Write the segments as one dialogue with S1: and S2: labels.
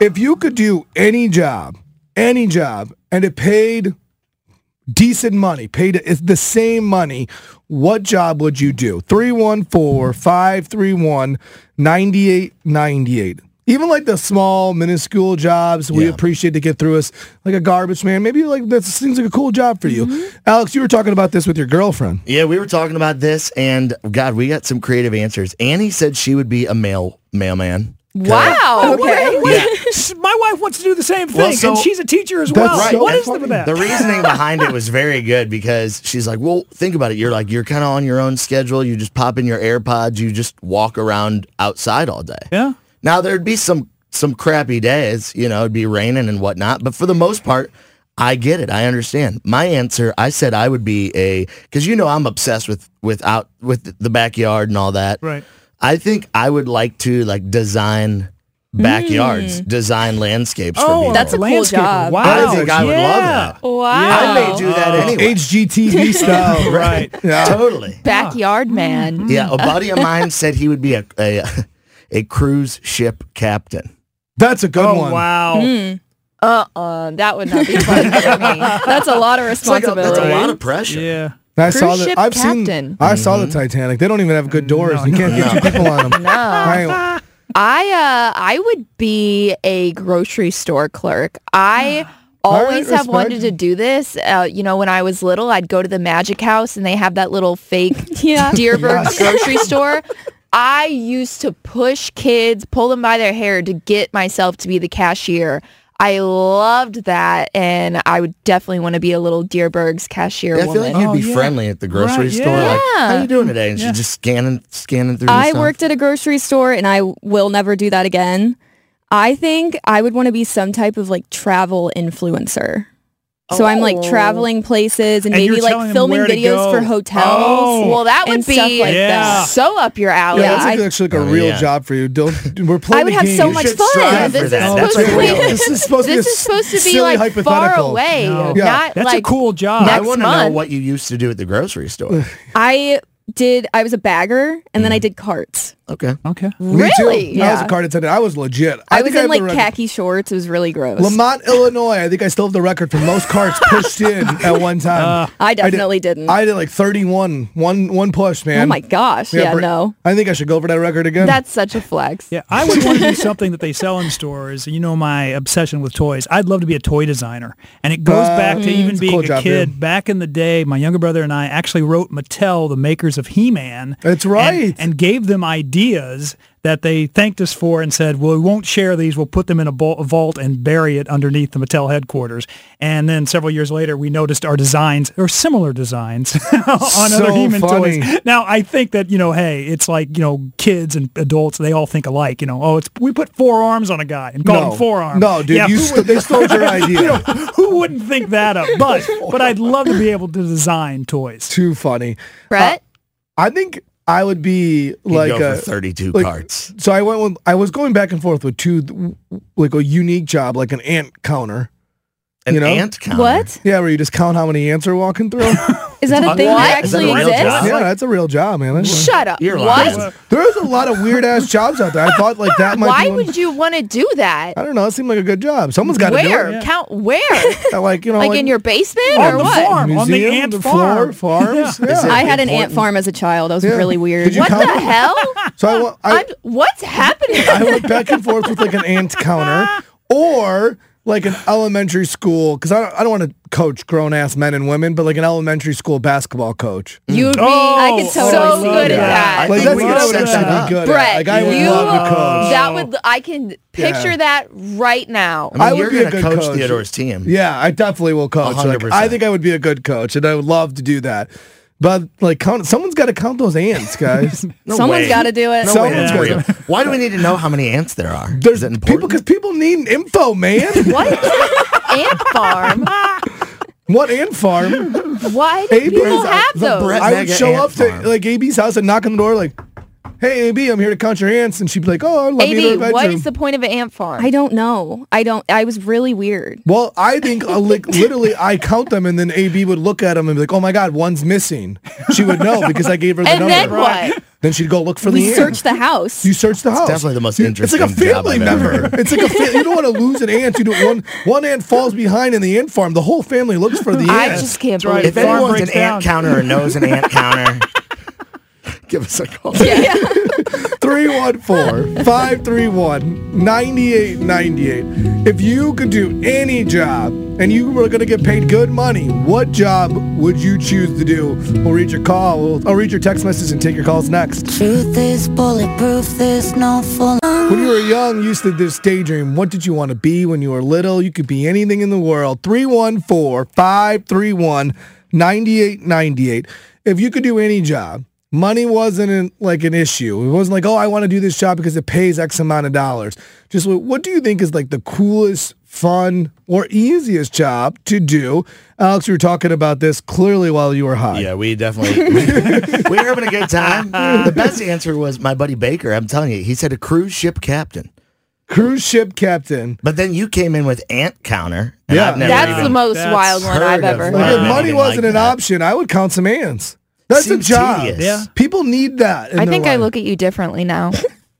S1: If you could do any job, any job, and it paid decent money, paid it's the same money, what job would you do? 314-531-9898. Even like the small, minuscule jobs we
S2: Yeah.
S1: appreciate to get through us, like a garbage man. Maybe like that seems like a cool job for you.
S3: Mm-hmm.
S1: Alex, you were talking about this with your girlfriend.
S2: Yeah, we were talking about this, and God, we got some creative answers. Annie said she would be a mail mailman.
S4: Wow. Okay.
S2: Yeah.
S3: My wife wants to do the same thing,
S2: Well, so-
S3: and she's a teacher as
S1: That's
S3: well.
S1: so
S3: what is
S1: funny.
S3: the matter?
S2: The reasoning behind it was very good because she's like, well, think about it. You're like, you're kind of on your own schedule. You just pop in your AirPods. You just walk around outside all day.
S3: Yeah.
S2: Now there'd be some some crappy days, you know, it'd be raining and whatnot. But for the most part, I get it. I understand. My answer, I said I would be a because you know I'm obsessed with with out with the backyard and all that.
S3: Right.
S2: I think I would like to like design backyards,
S3: Mm.
S2: design landscapes for people.
S4: Oh, That's a cool
S3: landscaper.
S4: job.
S3: Oh, Wow.
S2: I think I would
S3: yeah.
S2: love that.
S4: Wow.
S2: I may do that
S1: Oh.
S2: anyway.
S1: HGTV style.
S3: Right.
S2: Totally.
S4: Backyard man.
S2: Yeah, a buddy of mine said he would be a a, a cruise ship captain.
S1: That's a good
S3: Oh
S1: one.
S3: wow.
S4: Hmm. Uh, that would not be fun for me. That's a lot of
S2: It's like a,
S4: responsibility.
S2: that's a lot of pressure.
S3: Yeah.
S1: I
S4: Cruise
S1: saw that.
S4: ship
S1: I've seen.
S4: captain.
S1: I saw the Titanic. They don't even have good doors. you can't get two people on them. I,
S4: I uh I would be a grocery store clerk. I
S1: right,
S4: always have
S1: respect.
S4: wanted to do this. Uh, you know, when I was little, I'd go to the Magic House and they have that little fake Deerberg grocery store. I used to push kids, pull them by their hair to get myself to be the cashier. I loved that, and I would definitely want to be a little Deerberg's cashier
S2: Yeah, I feel
S4: woman.
S2: like you'd be
S3: Oh, yeah.
S2: friendly at the grocery
S3: Right,
S2: store. Like, how
S4: yeah.
S2: you doing today? And she's just scanning, scanning through. the
S5: I
S2: stuff.
S5: worked at a grocery store and I will never do that again. I think I would want to be some type of like travel influencer. So I'm like
S4: Oh.
S5: traveling places and,
S3: And you're
S5: maybe
S3: telling
S5: like
S3: them
S5: filming
S3: where to
S5: videos for
S3: go.
S5: hotels.
S3: Oh.
S4: well, that would
S5: and stuff
S4: be
S5: like
S3: Yeah. that.
S4: so up your alley.
S1: yeah, that's
S5: I-
S1: like actually like a
S2: Oh,
S1: real
S2: yeah.
S1: job for you. Don't we're playing.
S5: I would
S1: a
S5: have
S1: game.
S5: so
S1: You
S5: much
S1: should
S5: fun.
S1: strive
S4: This
S1: for
S4: is
S1: that.
S4: supposed
S1: That's
S4: to
S1: real.
S4: be-
S1: This is supposed to be
S4: this
S1: a
S4: is supposed to be
S1: silly
S4: like far
S1: hypothetical.
S4: away,
S3: No.
S1: Yeah.
S4: not
S3: That's
S4: like
S3: a cool job.
S2: I
S4: next
S2: want to know
S4: month.
S2: what you used to do at the grocery store.
S5: I did I was a bagger and then I did carts.
S2: okay.
S3: Okay.
S1: Mm. Me too.
S4: Really?
S1: I was a
S5: Yeah.
S1: card attendant. I was legit.
S5: I,
S1: think
S5: was in
S1: have the
S5: like
S1: record.
S5: khaki shorts. It was really gross.
S1: Lamont, Illinois. I think I still have the record for most carts pushed in at one time.
S5: I definitely didn't.
S1: I did like 31, one one push, man.
S5: oh my gosh. Yeah,
S1: Bri-
S5: no.
S1: I think I should go for that record again.
S4: That's such a flex.
S3: Yeah, I would want to do something that they sell in stores. You know my obsession with toys. I'd love to be a toy designer. And it goes back to even
S1: Uh, it's a
S3: being
S1: cool
S3: a
S1: job,
S3: kid.
S1: yeah.
S3: Back in the day, my younger brother and I actually wrote Mattel, the makers of He-Man.
S1: That's
S3: and-
S1: right.
S3: And, gave them ideas that they thanked us for and said, well, we won't share these. We'll put them in a bol- vault and bury it underneath the Mattel headquarters. And then several years later, we noticed our designs, or similar designs, on
S1: So
S3: other He-Man
S1: funny.
S3: toys. Now I think that you know, hey, it's like you know, kids and adults they all think alike. You know, oh, it's we put four arms on a guy and call
S1: no.
S3: him forearm.
S1: No, dude,
S3: Yeah,
S1: you
S3: who,
S1: st- they stole your idea.
S3: would- who wouldn't think that up? But but I'd love to be able to design toys.
S1: Too funny.
S4: Brett?
S1: I think I would be like
S2: go
S1: a,
S2: for 32
S1: like,
S2: carts.
S1: So I went with I was going back and forth with two th- like a unique job, like an ant counter.
S2: An
S1: you know?
S2: ant counter.
S5: What
S1: Yeah, where you just count how many ants are walking through. yeah,
S5: is that a thing
S2: What?
S5: that
S2: Is that a
S5: actually
S2: real
S5: exists?
S2: job?
S1: that's a real job, man. That's-
S4: Shut up.
S2: You're
S4: what?
S2: lying.
S1: There's a lot of weird ass jobs out there. I thought like that might
S4: Why
S1: be one-
S4: would you want to do that?
S1: I don't know. It seemed like a good job. Someone's got to do
S4: Where?
S1: it.
S4: Count where?
S1: Yeah, Like you know,
S4: like in your basement
S3: On
S4: or
S3: the
S4: what?
S3: farm. on the
S1: museum,
S3: ant
S1: floor,
S3: farm.
S1: farms. Yeah.
S5: I had an ant farm as a child. That was
S1: Yeah.
S5: really
S1: Did
S5: weird.
S1: you
S4: What
S1: count
S4: the
S1: them?
S4: hell?
S1: So I, wa- I,
S4: I'm, what's happening?
S1: I went back and forth with like an ant counter or like an elementary school because I don't, I don't want to coach grown ass men and women, but like an elementary school basketball coach.
S4: You'd be
S3: I
S1: Oh,
S5: could
S4: so
S5: totally see
S4: good at
S5: that.
S4: that.
S2: I
S1: like
S2: think
S1: that's
S2: we
S1: what
S2: could
S1: I would
S2: set
S1: actually
S2: that up.
S1: be good
S4: Brett,
S1: at. Like I would
S4: you
S1: love to coach.
S4: that would I can picture that right now.
S2: I mean,
S1: I would
S2: you're
S1: be a
S2: going to
S1: good
S2: coach,
S1: coach.
S2: Theodore's team.
S1: Yeah, I definitely will coach. Like,
S2: 100%.
S1: I think I would be a good coach, and I would love to do that. But like, count, someone's got to count those ants, guys.
S2: No
S5: Someone's
S2: way.
S5: got to do it.
S2: No way,
S1: Someone's
S2: that's
S1: gotta
S2: real.
S1: do
S2: Why do we need to know how many ants there are?
S1: There's
S2: Is it
S1: people
S2: important?
S1: because people need info, man.
S4: What ant farm?
S1: what ant farm?
S4: Why do
S1: Hey,
S4: people
S1: Brett,
S4: have
S2: the
S4: those?
S2: Brett-
S1: I would
S2: Mega
S1: show
S2: ant
S1: up to
S2: farm.
S1: like AB's house and knock on the door, like, "Hey AB, I'm here to count your ants," and she'd be like, "Oh, let me in
S4: AB,
S1: the
S4: what
S1: bedroom."
S4: is the point of an ant farm?
S5: I don't know. I don't. I was really weird.
S1: well, I think uh, like literally, I count them, and then AB would look at them and be like, "Oh my God, one's missing." She would know because I gave her the
S4: and
S1: number.
S4: then what?
S1: Then she'd go look for
S5: We
S1: the
S5: searched
S1: ants.
S5: the house.
S1: You search the house.
S2: definitely the most
S1: You- It's
S2: interesting
S1: like a
S2: job
S1: family
S2: I've ever
S1: member.
S2: heard.
S1: It's like a fa- you don't want to lose an ant. You do one one ant falls behind in the ant farm. The whole family looks for the ant.
S4: I just can't
S3: That's right.
S4: believe
S2: If
S3: Farm
S2: anyone's an
S3: breaks
S2: ant
S3: down.
S2: counter or knows an ant counter, give us a call.
S5: yeah.
S1: 314 531 9898. If you could do any job and you were going to get paid good money, what job would you choose to do? We'll read your call. We'll, I'll read your text message and take your calls next.
S6: Truth is bulletproof, there's no full.
S1: When you were young, you used to this daydream. What did you want to be when you were little? You could be anything in the world. 314 531 9898. If you could do any job, money wasn't an, like an issue. It wasn't like, oh, I want to do this job because it pays X amount of dollars. Just what, what do you think is like the coolest, fun, or easiest job to do? Alex, we were talking about this clearly while you were high.
S2: Yeah, we definitely we were having a good time. The best answer was my buddy Baker. I'm telling you, he said a cruise ship captain.
S1: Cruise ship captain.
S2: But then you came in with ant counter. And
S1: Yeah.
S2: I've never
S4: That's
S2: even
S4: the most
S3: That's
S4: wild one
S2: heard
S4: I've
S2: of
S4: ever
S2: one.
S1: Like
S2: Wow.
S1: if
S4: heard.
S1: money
S2: Anything
S1: wasn't
S2: like
S1: an
S2: that.
S1: option, I would count some ants. That's
S2: Seems
S1: a job.
S2: tedious.
S3: Yeah.
S1: People need that. in
S4: I
S1: their
S4: think I
S1: life.
S4: look at you differently now.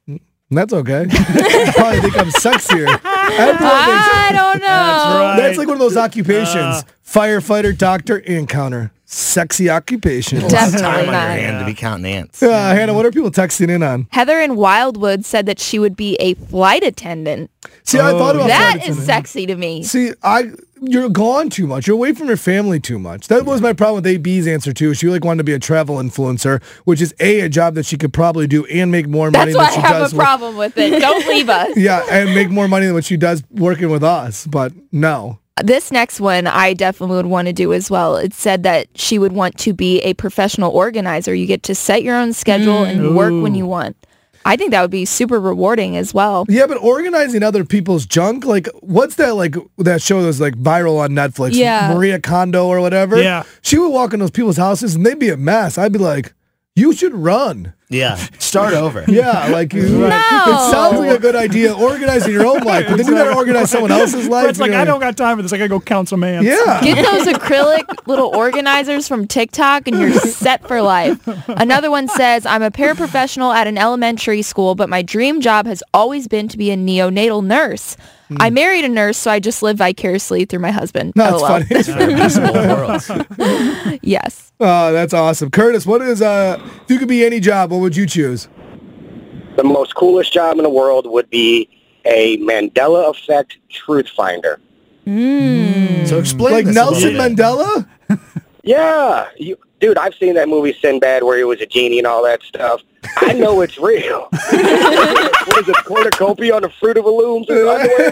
S1: And That's okay. I probably think I'm sexier. Everyone thinks-
S4: I don't know.
S1: That's like one of those occupations: firefighter, doctor, and counter. Sexy occupation.
S2: a lot of
S4: Definitely
S2: time on your
S4: not.
S2: hand to be counting ants.
S1: Yeah, Uh, Hannah, what are people texting in on?
S4: Heather in Wildwood said that she would be a flight attendant.
S1: See, I thought about
S4: That
S1: flight
S4: is
S1: attendant.
S4: sexy to me.
S1: See, I you're gone too much. You're away from your family too much. That was my problem with AB's answer too. She like wanted to be a travel influencer, which is a a job that she could probably do and make more money.
S4: That's why I
S1: than she
S4: have
S1: does
S4: a
S1: with-
S4: problem with it. Don't leave us.
S1: yeah, and make more money than what she does working with us. But no,
S4: This next one I definitely would want to do as well. It said that she would want to be a professional organizer. You get to set your own schedule and work when you want. I think that would be super rewarding as well.
S1: yeah, but organizing other people's junk, like what's that like that show that's like viral on Netflix?
S5: Yeah.
S1: Maria Kondo or whatever.
S3: Yeah.
S1: she would walk in those people's houses and they'd be a mess. I'd be like, you should run.
S2: Yeah. Start over.
S1: Yeah, like you- it sounds like a good idea organizing your own life, but then you gotta organize someone else's life.
S3: Brett's like,
S1: and you're
S3: I don't got time for this. I gotta go count some ants.
S1: Yeah.
S4: Get those acrylic little organizers from TikTok and you're set for life. Another one says, I'm a paraprofessional at an elementary school, but my dream job has always been to be a neonatal nurse. I married a nurse, so I just live vicariously through my husband.
S1: no, it's
S4: LOL.
S1: funny. It's
S2: They're possible worlds.
S4: Yes.
S1: Oh, that's awesome. Curtis, what is uh if you could be any job, what would you choose?
S7: the most coolest job in the world would be a Mandela effect truth finder.
S2: So explain
S1: Like
S2: this a little
S1: Nelson
S2: bit.
S1: Mandela?
S7: Yeah, you, dude, I've seen that movie Sinbad where he was a genie and all that stuff. I know it's real. what is it, cornucopia on the fruit of a loom?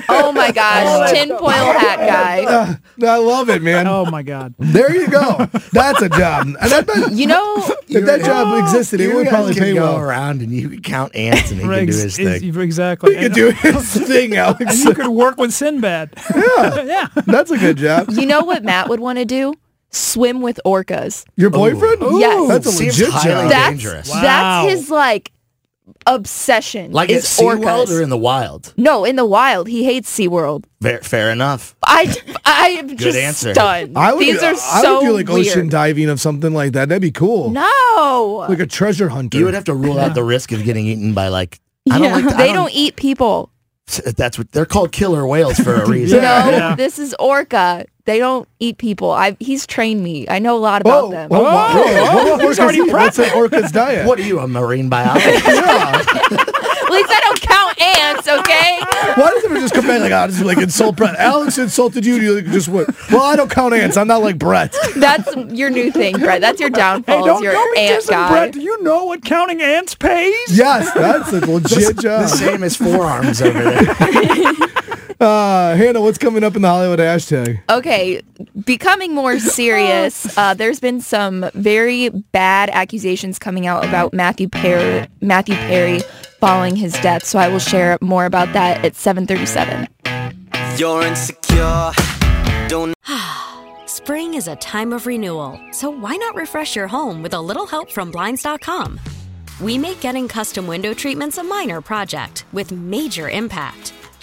S4: Oh my gosh, tinfoil hat guy.
S1: Uh, I love it, man.
S3: Oh my God.
S1: There you go. That's a job. And I bet
S4: You know,
S1: if that job existed, it
S2: You
S1: would
S2: guys
S1: probably
S2: can
S1: pay
S2: go
S1: well.
S2: around and you can count ants and he can do
S3: Riggs
S2: his
S3: is-
S2: thing.
S3: exactly.
S1: You could do his thing,
S3: And
S1: Alex.
S3: you could work with Sinbad. Yeah. yeah.
S1: That's a good job.
S4: you know what Matt would want to do? swim with orcas.
S1: Your boyfriend?
S4: Yes.
S1: That's a
S2: Seems
S1: legit
S2: highly
S1: job.
S4: That's
S2: dangerous.
S3: Wow.
S4: that's his like obsession.
S2: Like at
S4: is orcas.
S2: SeaWorld or in the wild?
S4: no, in the wild, he hates SeaWorld.
S2: Fair, fair enough.
S4: I I am
S2: Good
S4: just
S2: answer.
S4: stunned.
S1: I would,
S4: These are so
S1: I would do like
S4: weird.
S1: ocean diving of something like that. That'd be cool.
S4: No,
S1: Like a treasure hunter.
S2: You would have to rule out the risk of getting eaten by like. I don't
S5: Yeah.
S2: like. to- I
S4: they don't eat people.
S2: That's what they're called. Killer whales for a reason.
S4: No,
S3: Yeah.
S4: Oh, this is orca. They don't eat people. I he's trained me. I know a lot about
S1: Whoa, whoa,
S4: them.
S1: whoa, whoa,
S3: He's already
S1: orcas- What's an orca's diet?
S2: What are you, a marine biologist?
S4: At least I don't count ants. Okay.
S1: Why does everyone just come back like, oh, this is like insult Brett? Alex insulted you. You like, just went, well, I don't count ants. I'm not like Brett.
S4: That's your new thing, Brett. That's your downfall.
S3: Hey,
S4: is
S3: don't,
S4: your
S3: don't be
S4: ant
S3: dissing
S4: guy.
S3: Brett. Do you know what counting ants pays?
S1: Yes, that's a legit
S2: the
S1: job.
S2: same as forearms over there.
S1: Uh, Hannah, what's coming up in the Hollywood hashtag?
S4: Okay, becoming more serious, uh, there's been some very bad accusations coming out about Matthew Perry, Matthew Perry following his death. So I will share more about that at 7:37.
S8: You're insecure.
S9: Spring is a time of renewal, so why not refresh your home with a little help from Blinds.com? We make getting custom window treatments a minor project with major impact.